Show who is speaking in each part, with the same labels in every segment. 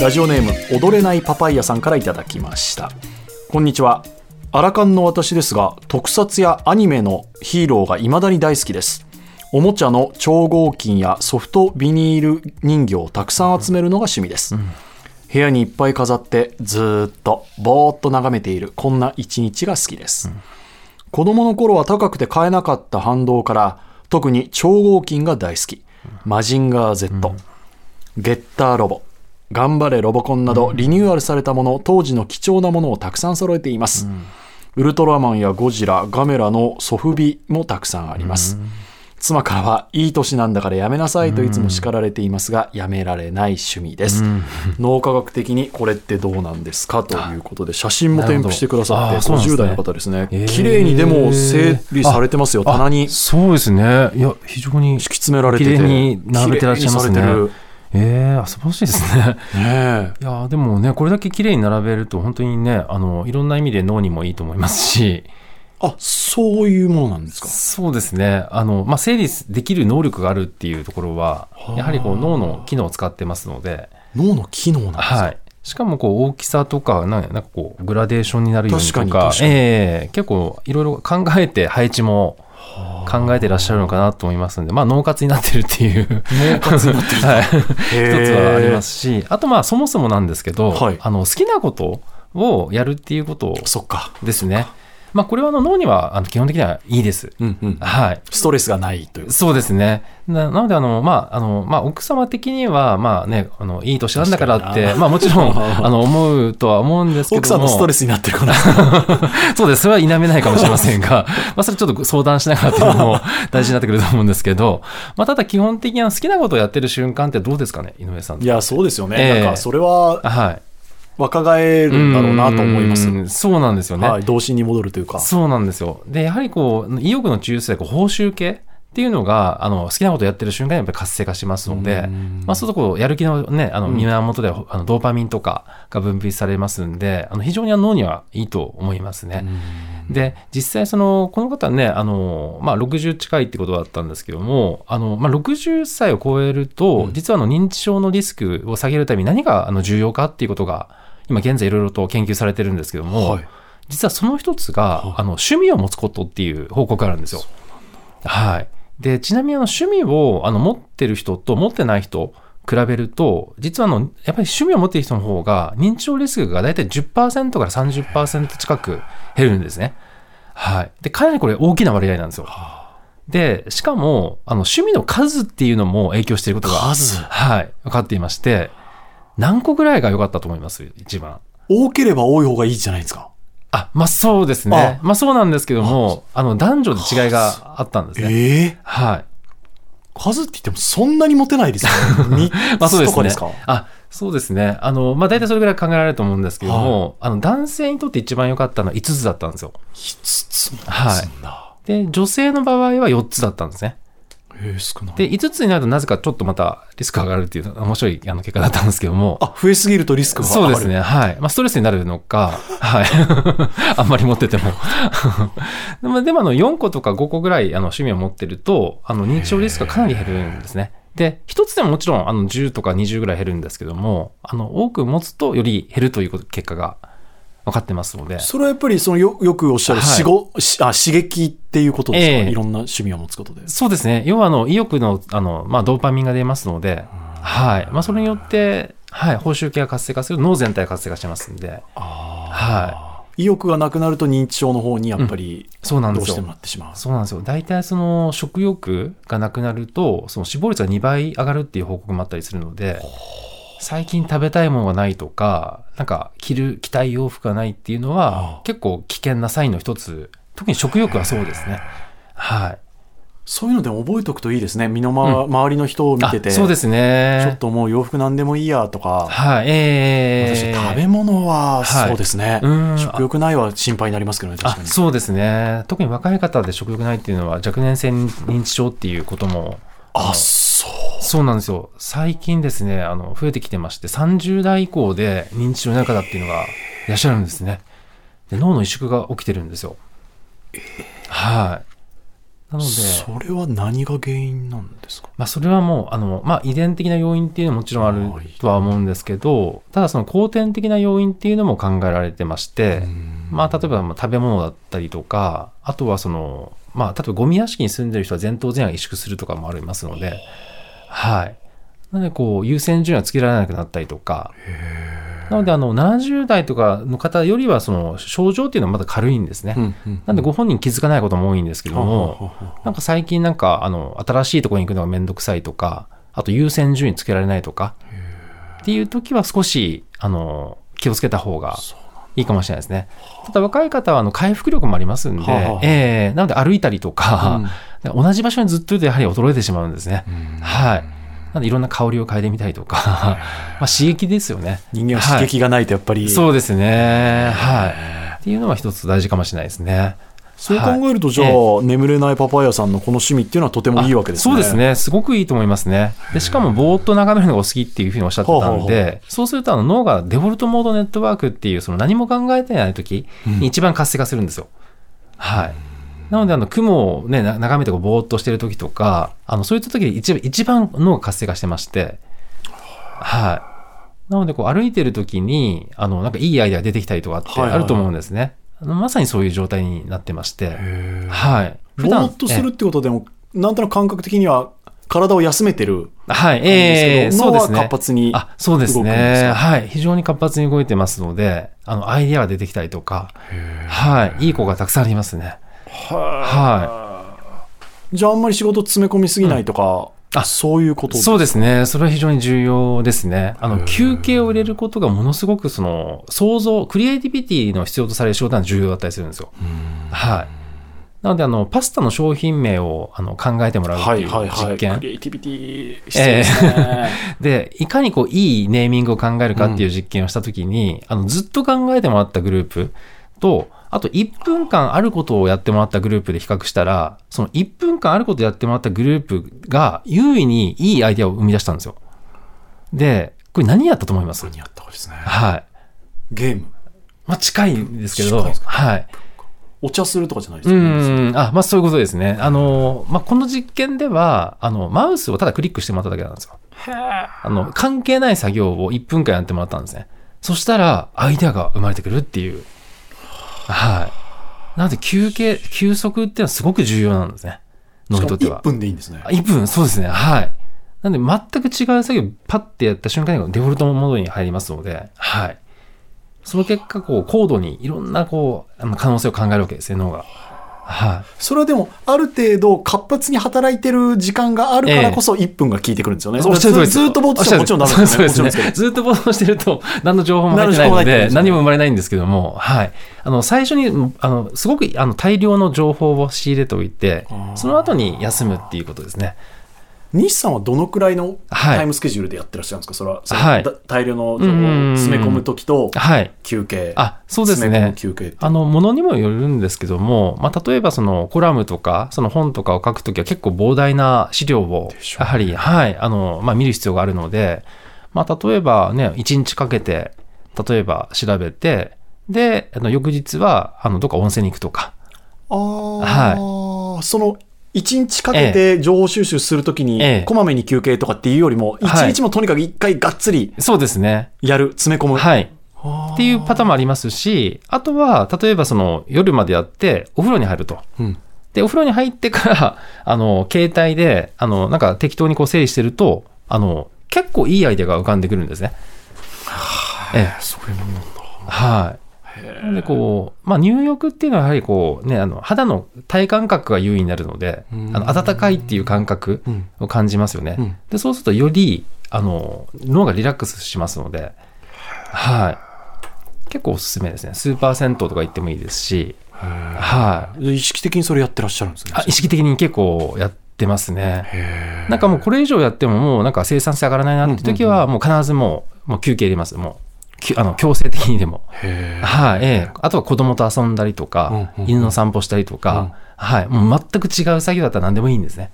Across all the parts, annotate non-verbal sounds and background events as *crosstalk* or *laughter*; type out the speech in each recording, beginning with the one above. Speaker 1: ラジオネーム踊れないパパイヤさんからいただきましたこんにちはアラカンの私ですが特撮やアニメのヒーローが未だに大好きですおもちゃの超合金やソフトビニール人形をたくさん集めるのが趣味です、部屋にいっぱい飾ってずーっとぼーっと眺めているこんな一日が好きです、子供の頃は高くて買えなかった反動から特に超合金が大好きマジンガー Z、ゲッターロボ頑張れロボコンなどリニューアルされたもの当時の貴重なものをたくさん揃えています、ウルトラマンやゴジラガメラのソフビもたくさんあります、妻からはいい年なんだからやめなさいといつも叱られていますが、やめられない趣味です、脳科学的にこれってどうなんですかということで写真も添付してくださって
Speaker 2: なるほどあーそうなんです
Speaker 1: 50
Speaker 2: ね
Speaker 1: 代の方ですね
Speaker 2: へー
Speaker 1: 綺麗にでも整理されてますよ
Speaker 2: あ
Speaker 1: 棚に敷
Speaker 2: そうですね。いや、非常に。
Speaker 1: き詰められてて
Speaker 2: 綺麗に並べてらっしゃいますね
Speaker 1: 綺麗にされてる
Speaker 2: ええー、素晴らしいですね。
Speaker 1: ねえ
Speaker 2: いやーでもね、これだけ綺麗に並べると、本当にね、あの、いろんな意味で脳にもいいと思いますし、
Speaker 1: あそういうものなんですか
Speaker 2: そうですね。あの、まあ、整理できる能力があるっていうところは
Speaker 1: は、あ
Speaker 2: やはりこう脳の機能を使ってますので、
Speaker 1: 脳の機能なんですか、
Speaker 2: はい。しかもこう大きさとか、ななんかこうグラデーションになるようにとか、
Speaker 1: 確かに確かに
Speaker 2: ええ結構いろいろ考えて配置も考えてらっしゃるのかなと思いますので、まあ脳活になってるっていう。脳活になってる。 *laughs* はい。一つはありますし、あとまあそもそもなんですけど、
Speaker 1: はい
Speaker 2: あの好きなことをやるっていうこと
Speaker 1: そっか、
Speaker 2: ですね。まあこれはあの脳にはあの基本的にはいいです。
Speaker 1: うんうん、
Speaker 2: はい。
Speaker 1: ストレスがないという
Speaker 2: そうですね。ななので、あの、まあ、あの、まあ、奥様的には、まあね、あの、いい年なんだからっ
Speaker 1: 確かに
Speaker 2: て、
Speaker 1: な
Speaker 2: *laughs* まあ、もちろん、あの、思うとは思うんですけども。
Speaker 1: 奥さんのストレ
Speaker 2: ス。
Speaker 1: スになって
Speaker 2: *laughs*
Speaker 1: るかな
Speaker 2: そうです。それは否めないかもしれませんが、まあ、 *laughs* それちょっと相談しながらっていうのも大事になってくると思うんですけ *laughs* ど、まあ、ただ基本的には好きなことをやってる瞬間ってどうですかね、井上さん。
Speaker 1: いやそうですよね、
Speaker 2: ええ
Speaker 1: なんかそれは
Speaker 2: はい。
Speaker 1: 若返るんだろうなと思います
Speaker 2: うんそうなんですよね。
Speaker 1: はい、童心に戻るというか
Speaker 2: そうなんですよ。で、やはりこう、意欲の中枢でこう報酬系っていうのが、あの、好きなことをやってる瞬間にやっぱり活性化しますの
Speaker 1: う
Speaker 2: で
Speaker 1: ん、
Speaker 2: まあ、そうするとこう、やる気のね、あの、
Speaker 1: うん
Speaker 2: 源では、あの、ドーパミンとかが分泌されますんで、あの、非常にあの脳にはいいと思いますね。で、実際その、この方はね、あの、まあ、60近いってことだったんですけども、あの、まあ、60歳を超えると、
Speaker 1: うん
Speaker 2: 実はあの、認知症のリスクを下げるために何が、あの、重要かっていうことが、今現在いろいろと研究されてるんですけども、
Speaker 1: はい
Speaker 2: 実はその一つが、
Speaker 1: はい
Speaker 2: あの趣味を持つことっていう報告があるんですよ。はい、でちなみにあの趣味をあの持ってる人と持ってない人比べると実はあのやっぱり趣味を持ってる人の方が認知症リスクが大体10%から30%近く減るんですね。はい、でかなりこれ大きな割合なんですよ。でしかもあの趣味の数っていうのも影響していることが、
Speaker 1: 数
Speaker 2: はい、分かっていまして何個ぐらいが良かったと思います一番。
Speaker 1: 多ければ多い方がいいじゃないですか
Speaker 2: あ、まあそうですね。まあそうなんですけども、あの男女で違いがあったんですね。
Speaker 1: ええ
Speaker 2: はい。
Speaker 1: 数って言ってもそんなに持てないですよね
Speaker 2: *laughs* まあそう
Speaker 1: 3
Speaker 2: で
Speaker 1: つと
Speaker 2: す
Speaker 1: か
Speaker 2: ね
Speaker 1: ですか、。
Speaker 2: あ、そうですね。あの、まあ大体それぐらい考えられると思うんですけども、あの男性にとって一番良かったのは5つだったんですよ。
Speaker 1: 5つも持つんだ、
Speaker 2: で、女性の場合は4つだったんですね。
Speaker 1: ええ少ない
Speaker 2: で、5つになるとなぜかちょっとまたリスクが上がるっていう面白いあの結果だったんですけども。
Speaker 1: あ増えすぎるとリスクが上が
Speaker 2: そう
Speaker 1: る
Speaker 2: ですね。はい。まあ、ストレスになるのか、
Speaker 1: *laughs*
Speaker 2: はい。 *laughs* あんまり持ってても。でも、でもあの、4個とか5個ぐらい、あの、趣味を持ってると、あの、認知症リスクがかなり減るんですね。で、1つでももちろん、あの、10とか20ぐらい減るんですけども、あの、多く持つとより減るということ結果が分かってますので。
Speaker 1: それはやっぱりそのよよくおっしゃる、
Speaker 2: はい
Speaker 1: しごしあ刺激っていうことですか、
Speaker 2: ええ
Speaker 1: いろんな趣味を持つことで
Speaker 2: そうですね。要は、あの、意欲の、あの、まあ、ドーパミンが出ますので、はい。まあ、それによって、はい、報酬系が活性化する、脳全体が活性化しますんで、はい。
Speaker 1: 意欲がなくなると認知症の方にやっぱり
Speaker 2: そうなん
Speaker 1: ど
Speaker 2: で
Speaker 1: う
Speaker 2: す
Speaker 1: し
Speaker 2: よ
Speaker 1: ても。なってしまう。
Speaker 2: そうなんですよ。大体その食欲がなくなると、その死亡率が2倍上がるっていう報告もあったりするので、最近食べたいものがないとか、なんか着る、着たい洋服がないっていうの
Speaker 1: ああ
Speaker 2: は、結構危険なサインの一つ。特に食欲はそうですね。はい。
Speaker 1: そういうのでも覚えておくといいですね。身の、ま周りの人を見
Speaker 2: あ
Speaker 1: てて、
Speaker 2: そうですね。
Speaker 1: ちょっともう洋服なんでもいいやとか、
Speaker 2: はい。ええ
Speaker 1: 私食べ物は
Speaker 2: はい
Speaker 1: そうですね、
Speaker 2: うん
Speaker 1: 食欲ないは心配になりますけどね、確
Speaker 2: あ
Speaker 1: かに。
Speaker 2: そうですね。特に若い方で食欲ないっていうのは若年性認知症っていうことも
Speaker 1: あ、そう。
Speaker 2: そうなんですよ。最近ですね、あの、増えてきてまして、30代以降で認知症の方っていうのがいらっしゃるんですね。で脳の萎縮が起きてるんですよ。はい。なので、
Speaker 1: それは何が原因なんですか
Speaker 2: まあ、それはもうあの、まあ、遺伝的な要因っていうのももちろんあ
Speaker 1: はい
Speaker 2: るとは思うんですけどただその後天的な要因っていうのも考えられてまして、まあ、例えばまあ食べ物だったりとかあとはその、まあ、例えばゴミ屋敷に住んでる人は前頭前野が萎縮するとかもありますので、はい、なのでこう優先順位はつけられなくなったりとか。なのであの70代とかの方よりはその症状っていうのはまだ軽いんですね。
Speaker 1: うんうん
Speaker 2: なんでご本人気づかないことも多いんですけども、なんか最近なんか、あの、新しいところに行くのがめんどくさいとか、あと優先順位つけられないとか、っていう時は少し、あの、気をつけた方が
Speaker 1: そう
Speaker 2: いいかもしれないですね。ただ若い方は、あの、回復力もありますんで、
Speaker 1: はあはあ
Speaker 2: ええなので歩いたりと
Speaker 1: うん
Speaker 2: か、なんか同じ場所にずっといるとやはり衰えてしまうんですね。
Speaker 1: うん
Speaker 2: はい。なんでいろんな香りを嗅いでみたりとか、まあ刺激ですよね。
Speaker 1: 人間は刺激がないとやっぱり、
Speaker 2: そうですね。はい。っていうのは一つ大事かもしれないですね。
Speaker 1: そう考えるとじゃあ、
Speaker 2: え
Speaker 1: 眠れないパパイヤさんのこの趣味っていうのはとてもいいわけですね。
Speaker 2: そうですね。すごくいいと思いますね。で、しかもぼーっと眺めるのがお好きっていうふうにおっしゃってた
Speaker 1: ほうほ
Speaker 2: ん
Speaker 1: うほ
Speaker 2: で、そうするとあの脳がデフォルトモードネットワークっていう、その何も考えてない時に一番活性化するんですよ。はい。なので、あの、雲をね、な眺めてこうぼーっとしてる時とか、あの、そういった時に一番、一番脳が活性化してまして、はい。なので、こう歩いてる時に、あの、なんかいいアイデアが出てきたりとかって
Speaker 1: はいはいは
Speaker 2: あ
Speaker 1: い
Speaker 2: ると思うんですね。あのまさにそういう状態になってまして、
Speaker 1: へー
Speaker 2: はい。
Speaker 1: ぼーっとす
Speaker 2: ええ
Speaker 1: るってことでも、なんとなく感覚的には体を休めてる
Speaker 2: はい、
Speaker 1: 感じ
Speaker 2: え
Speaker 1: で
Speaker 2: え
Speaker 1: すけど、
Speaker 2: そうで
Speaker 1: 脳は
Speaker 2: すね。
Speaker 1: 活発に。
Speaker 2: あ、そうです
Speaker 1: 動くんです
Speaker 2: ね。
Speaker 1: か
Speaker 2: はい。非常に活発に動いてますので、あの、アイデアが出てきたりとか、はい。いい子がたくさんありますね。は
Speaker 1: じゃああんまり仕事詰め込みすぎないとか、
Speaker 2: うんあ
Speaker 1: そういうこと
Speaker 2: い。そう
Speaker 1: で
Speaker 2: ですね。それは非常に重要ですね。あ
Speaker 1: へー
Speaker 2: の、休憩を入れることがものすごく、その、想像、クリエイティビティの必要とされる仕事は重要だったりするんですよ。はい。なので、あの、パスタの商品名をあの考えてもらうって
Speaker 1: はいいうはいはい。
Speaker 2: 実験
Speaker 1: ク。リエイティビティ必要ですね。
Speaker 2: で、いかにこう、いいネーミングを考えるかっていう実験をしたときに、あの、ずっと考えてもらったグループと、あと1分間あることをやってもらったグループで比較したら、その1分間あることをやってもらったグループが優位にいいアイデアを生み出したんですよ。で、これ何やったと思います
Speaker 1: 何やったかですね。
Speaker 2: はい。
Speaker 1: ゲーム。
Speaker 2: まあ、近いんですけど、
Speaker 1: 近いですか
Speaker 2: はい。
Speaker 1: お茶するとかじゃないです
Speaker 2: う
Speaker 1: か、
Speaker 2: ん、あ、まあそういうことですね。あの、まあこの実験では、あの、マウスをただクリックしてもらっただけなんですよ。あの、関係ない作業を1分間やってもらったんですね。そしたら、アイデアが生まれてくるっていう。はい。なので、休憩、休息っていうのはすごく重要なんですね。脳
Speaker 1: し
Speaker 2: に
Speaker 1: か
Speaker 2: と
Speaker 1: も
Speaker 2: って
Speaker 1: 1
Speaker 2: は。
Speaker 1: 分でいいんですね。
Speaker 2: あ一分そうですね。はい。なんで、全く違う作業、パッてやった瞬間にデフォルトモードに入りますので、はい。その結果、こう、高度にいろんな、こう、あの可能性を考えるわけですね、脳が。はい。
Speaker 1: それはでも、ある程度活発に働いてる時間があるからこそ1分が効いてくるんですよね。
Speaker 2: おっしゃる通りです
Speaker 1: ずずっとぼーっとしてももちろんダメです
Speaker 2: そ
Speaker 1: ね。
Speaker 2: うで
Speaker 1: もち
Speaker 2: す
Speaker 1: ろんで
Speaker 2: ね
Speaker 1: すけど。。
Speaker 2: ずっとぼーっとしてると、 *laughs* 何の情報も入ってない
Speaker 1: 何
Speaker 2: の
Speaker 1: の情報も入ってない
Speaker 2: で
Speaker 1: で、すね
Speaker 2: 何も生まれないんですけども、はい。あの、最初に、あの、すごく、あの、大量の情報を仕入れておいて
Speaker 1: あー、
Speaker 2: その後に休むっていうことですね。
Speaker 1: 西さんはどのくらいの
Speaker 2: はい
Speaker 1: タイムスケジュールでやってらっしゃるんですか、それは、その
Speaker 2: はい
Speaker 1: だ大量の情報を詰め込むときと
Speaker 2: はい。
Speaker 1: 休憩。
Speaker 2: あ、そうです
Speaker 1: 詰め込
Speaker 2: ね
Speaker 1: む。休憩って
Speaker 2: あの、ものにもよるんですけども、まあ、例えばそのコラムとか、その本とかを書くときは結構膨大な資料を
Speaker 1: でし、ょう
Speaker 2: や
Speaker 1: ね
Speaker 2: はり、はい、あの、まあ、見る必要があるので、まあ、例えばね、1日かけて、例えば調べて、で、あの翌日は、あの、どっか温泉に行くとか、
Speaker 1: あーその1日かけて情報収集するときに
Speaker 2: ええ、
Speaker 1: こまめに休憩とかっていうよりも、1
Speaker 2: はい
Speaker 1: 日もとにかく1回がっつり
Speaker 2: そうですね。
Speaker 1: やる、詰め込む。
Speaker 2: はい。
Speaker 1: っ
Speaker 2: っていうパターンもありますし、あとは、例えばその、夜までやって、お風呂に入ると。
Speaker 1: ーン。うん
Speaker 2: で、お風呂に入ってから、 *laughs* あの、携帯で、あの、なんか適当にこう整理してると、あの、結構いいアイデアが浮かんでくるんですね。ええ、
Speaker 1: そういうもんなんだ
Speaker 2: はい。
Speaker 1: へ
Speaker 2: なので、こう、まあ、入浴っていうのはやはりこう、ね、あの、肌の体感覚が優位になるので、あ
Speaker 1: うん
Speaker 2: の、暖かいっていう感覚
Speaker 1: うん
Speaker 2: を感じますよね。
Speaker 1: うん
Speaker 2: で、そうするとより、あの、脳がリラックスしますので、はい。結構おすすめですね。スーパー銭湯とか行ってもいいですし、はい。
Speaker 1: 意識的にそれやってらっしゃるんですね。
Speaker 2: あ意識的に結構やってますね。なんかもうこれ以上やってももうなんか生産性上がらないなって時はもう必ずもうもう休憩入れます。もうきゅあの強制的にでも。
Speaker 1: へー
Speaker 2: はい、ええ。あとは子供と遊んだりとか、
Speaker 1: うんうんうん
Speaker 2: 犬の散歩したりとか、
Speaker 1: うん
Speaker 2: はい。もう全く違う作業だったら何でもいいんですね。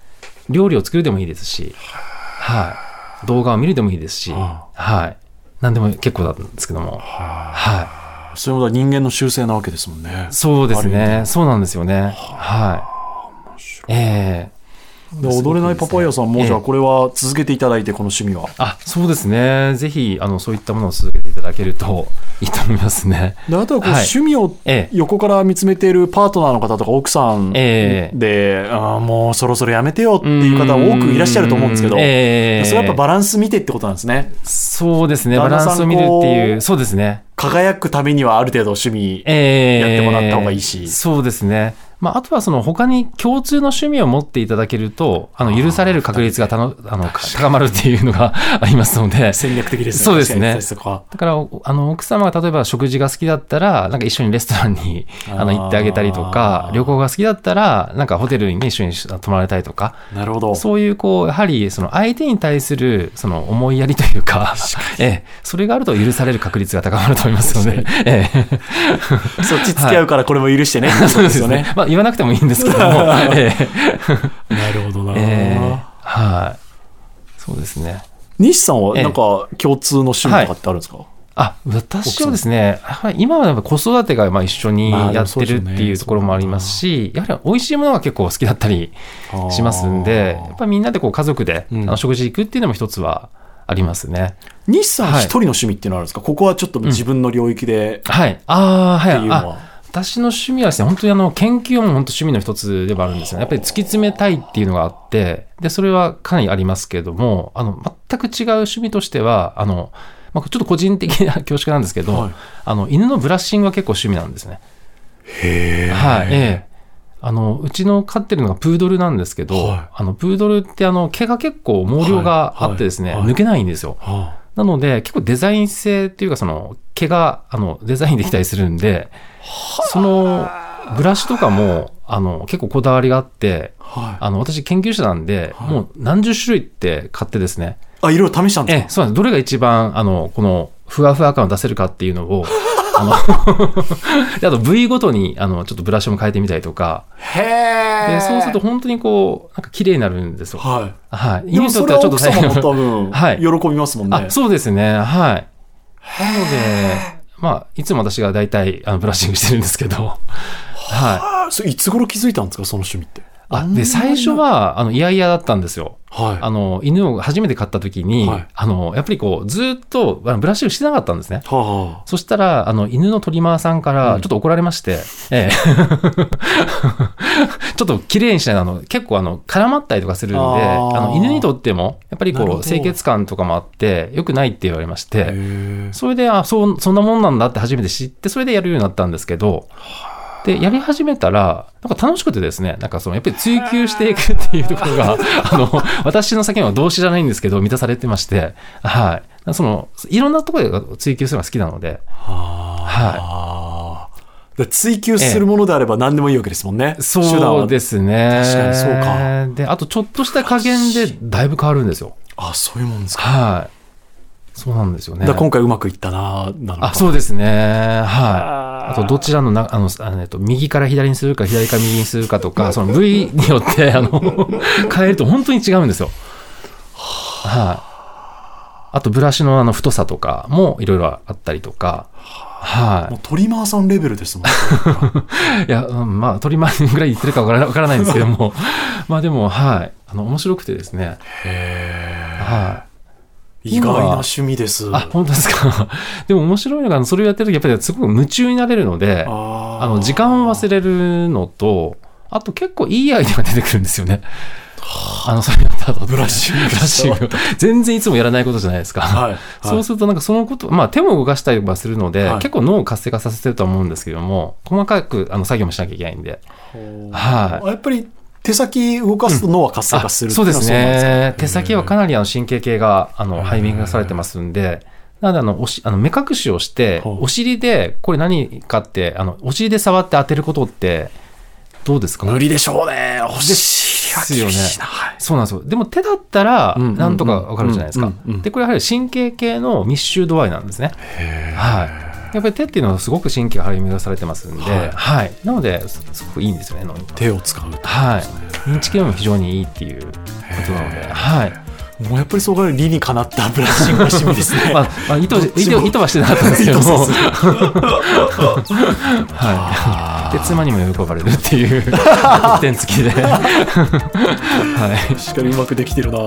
Speaker 2: 料理を作るでもいいですし、はい。動画を見るでもいいですし、
Speaker 1: あ
Speaker 2: はい。何でも結構だったんですけども、はい。
Speaker 1: それもだから人間の習性なわけですもんね。
Speaker 2: そうです
Speaker 1: ある意
Speaker 2: ね。そうなんですよね。はい。ええ
Speaker 1: で踊れないパパイヤさんも、じゃあこれは続けていただいて、この趣味は。
Speaker 2: あそうですね、ぜひあのそういったものを続けていただけると *laughs* いいと思いますね。
Speaker 1: であとはこう
Speaker 2: はい
Speaker 1: 趣味を
Speaker 2: ええ
Speaker 1: 横から見つめているパートナーの方とか奥さんで、
Speaker 2: ええ
Speaker 1: あーもうそろそろやめてよっていう方多くいらっしゃると思うんですけど、
Speaker 2: ーええ
Speaker 1: それはやっぱバランス見てってことなんですね。
Speaker 2: そうですね、バ
Speaker 1: 旦那
Speaker 2: ラ
Speaker 1: さん
Speaker 2: ンスを見るってい
Speaker 1: こう
Speaker 2: う、そうですね、
Speaker 1: 輝くためにはある程度趣味、
Speaker 2: ええ
Speaker 1: やってもらった方がいいし
Speaker 2: そうですね、まあ、あとはその他に共通の趣味を持っていただけると、あの許される確率がたのあの高まるっていうのが *laughs* ありますので。
Speaker 1: 戦略的ですね。
Speaker 2: そうですね
Speaker 1: 確かにそこは
Speaker 2: だからおあの奥様が例えば食事が好きだったらなんか一緒にレストランに
Speaker 1: あー
Speaker 2: あの行ってあげたりとか旅行が好きだったらなんかホテルにね、一緒に泊まれたりとか
Speaker 1: なるほど。
Speaker 2: そういうこうやはりその相手に対するその思いやりというかええ、それがあると許される確率が高まると思いますので、ええ、
Speaker 1: そっち付き合うからこれも許してね。 *laughs* そうですよね。
Speaker 2: まあ言わなくてもいいんですけ
Speaker 1: *laughs*
Speaker 2: ども、ええ
Speaker 1: なるほどな、
Speaker 2: ええはい、そうですね。
Speaker 1: 西さんはなんか共通の趣味とかってあるんですか、
Speaker 2: あ私はですね、やはり今はやっぱ子育てがまあ一緒に
Speaker 1: まあで
Speaker 2: や
Speaker 1: も
Speaker 2: っ
Speaker 1: そう
Speaker 2: て
Speaker 1: でしょう
Speaker 2: る
Speaker 1: ね
Speaker 2: っていうところもありますし、やはり美味しいものが結構好きだったりしますんで、
Speaker 1: あー
Speaker 2: やっぱみんなでこう家族であ
Speaker 1: うん
Speaker 2: の食事行くっていうのも一つはありますね。
Speaker 1: 西さん
Speaker 2: はい
Speaker 1: 一人の趣味っていうのはあるんですか、ここはちょっと自分の領域でっ
Speaker 2: はい。ああ、は
Speaker 1: て
Speaker 2: い。
Speaker 1: いうの
Speaker 2: あ
Speaker 1: は。
Speaker 2: 私の趣味はですね、本当にあの、研究も本当趣味の一つではあるんですよね。やっぱり突き詰めたいっていうのがあって、で、それはかなりありますけれども、あの、全く違う趣味としては、あの、まあ、ちょっと個人的な恐縮なんですけど、
Speaker 1: はい
Speaker 2: あの、犬のブラッシングは結構趣味なんですね。
Speaker 1: へえ。
Speaker 2: はい。ええ。あの、うちの飼ってるのがプードルなんですけど、
Speaker 1: はい
Speaker 2: あの、プードルってあの、毛が結構毛量があってです
Speaker 1: は
Speaker 2: ね、
Speaker 1: いはいはい
Speaker 2: 抜けないんですよ。
Speaker 1: は
Speaker 2: なので、結構デザイン性っていうか、その、毛が、あの、デザインできたりするんで、その、ブラシとかも、あの、結構こだわりがあって、
Speaker 1: あはい
Speaker 2: あの、私研究者なんで、
Speaker 1: はい
Speaker 2: もう何十種類って買ってですね、
Speaker 1: あ、いろいろ試したんです
Speaker 2: ええ、そうなんです。どれが一番、あの、この、ふわふわ感を出せるかっていうのを、あの、であと部位ごとに、あの、ちょっとブラシも変えてみたりとか、
Speaker 1: かへ
Speaker 2: で
Speaker 1: え。
Speaker 2: そうすると本当にこう、なんか綺麗になるんですよ。
Speaker 1: はい。
Speaker 2: はい。
Speaker 1: でもそれは奥様も多分、
Speaker 2: *laughs* はい
Speaker 1: 喜びますもんね。
Speaker 2: あ、そうですね。はい。なので、まあ、いつも私が大体、あの、ブラッシングしてるんですけど、は
Speaker 1: あそれいつ頃気づいたんですか、その趣味って。
Speaker 2: い。あ、で、最初は、あの、いやいやだったんですよ。
Speaker 1: はい。
Speaker 2: あの、犬を初めて飼った時に、
Speaker 1: はい
Speaker 2: あの、やっぱりこう、ずっと、あのブラッシングしてなかったんですね。
Speaker 1: は
Speaker 2: そしたら、あの、犬のトリマーさんか
Speaker 1: う
Speaker 2: ら、
Speaker 1: ん
Speaker 2: ちょっと怒られまして、ええ。 *laughs* ちょっと綺麗にしないと、あの、結構、あの、絡まったりとかするんで、
Speaker 1: あ
Speaker 2: あ
Speaker 1: ー
Speaker 2: の、犬にとっても、やっぱり
Speaker 1: なる
Speaker 2: こ
Speaker 1: ほど
Speaker 2: う、清潔感とかもあって、良くないって言われまし
Speaker 1: あ。へ
Speaker 2: て、
Speaker 1: え。
Speaker 2: それで、あ、そう、そんなもんなんだって初めて知って、それでやるようになったんですけど、で、やり始めたら、なんか楽しくてですね、なんかその、やっぱり追求していくっていうとこ
Speaker 1: *laughs*
Speaker 2: ろが、あの、私の先には動詞じゃないんですけど、満たされてまして、はい。その、いろんなところで追求するのが好きなので、
Speaker 1: はあ。で追求するものであれば何でもいいわけですもんね。手段
Speaker 2: そう
Speaker 1: は。
Speaker 2: ですね。
Speaker 1: 確かにそうか。
Speaker 2: で、あとちょっとした加減でだいぶ変わるんですよ。
Speaker 1: あ、そういうもんですか。
Speaker 2: はい。そうなんですよね
Speaker 1: だ。から今回うまくいったな、なのか。
Speaker 2: あ、そうですね。は
Speaker 1: あ
Speaker 2: い。
Speaker 1: ー
Speaker 2: あと、どちらのな、あの、あのえっと、右から左にするか、左から右にするかとか、その部位によって、あの、 *laughs* 変えると本当に違うんですよ。はい。あと、ブラシのあの、太さとかもいろいろあったりとか、はい
Speaker 1: もう。トリマーさんレベル
Speaker 2: *laughs*
Speaker 1: ですもんね。
Speaker 2: いや、うん、まあ、鳥マぐらい言ってるかわからわからないんですけども、 *laughs* まあでも、はい、あの、面白くてですね。はい。
Speaker 1: 意外な趣味です。
Speaker 2: あ、本当ですか。 *laughs* でも面白いのが、あのそれをやってると、やっぱりすごく夢中になれるので、あ
Speaker 1: あー
Speaker 2: の、時間を忘れるのと、あと結構いいアイデアが出てくるんですよね。あの、それやった後。
Speaker 1: ブラッシング
Speaker 2: ブラッシング。全然いつもやらないことじゃないですか。
Speaker 1: はい。はい
Speaker 2: *laughs* そうするとなんかそのこと、まあ手も動かしたりはするので、
Speaker 1: はい
Speaker 2: 結構脳を活性化させてるとは思うんですけども、細かくあの作業もしなきゃいけないんで。は
Speaker 1: あ
Speaker 2: い
Speaker 1: やっぱり手先動かすと脳は活性化するってい
Speaker 2: そう
Speaker 1: の
Speaker 2: で
Speaker 1: は
Speaker 2: す
Speaker 1: なんか
Speaker 2: ね。手先はかなりあの神経系があ
Speaker 1: へー
Speaker 2: のハイミングされてますんで、なのであのおしあの目隠しをして、
Speaker 1: ほう
Speaker 2: お尻で、これ何かって、あのお尻で触って当てることって、どうですか
Speaker 1: 無理でしょうね。お尻は厳しいな。はい
Speaker 2: そうなんですよ。でも手だったら、
Speaker 1: うんうんうん
Speaker 2: なんとかわかるじゃないですか
Speaker 1: うんうんうん。
Speaker 2: で、これやはり神経系の密集度合いなんですね。はい。やっぱり手っていうのはすごく神経が張り巡らされてますんで、
Speaker 1: はい
Speaker 2: はい。なので、すすごくいいんですよね、脳に
Speaker 1: 手を使うと。
Speaker 2: はい。認知機能も非常にいいっていうことなので、はい。
Speaker 1: もうやっぱりそこが理にかなったブラッシングが趣味ですね。
Speaker 2: まあ、まあ、意図
Speaker 1: どっち
Speaker 2: 意図
Speaker 1: も *laughs*
Speaker 2: 意図はしてなかったんですけど
Speaker 1: 意
Speaker 2: も。
Speaker 1: 図せずあ
Speaker 2: はで妻にも喜ばれるっていう *laughs* 特典付き
Speaker 1: *laughs*
Speaker 2: ではい
Speaker 1: しっかりうまくできてるな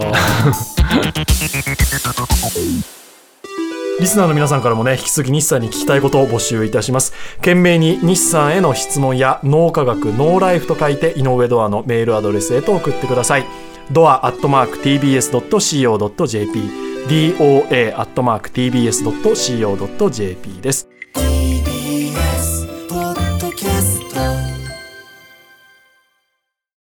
Speaker 1: リスナーの皆さんからもね引き続き日産に聞きたいことを募集いたします懸命に日産への質問や脳科学ノーライフと書いて井上ドアのメールアドレスへと送ってくださいドアアットマーク TBS.CO.JP doa アットマーク TBS.CO.JP です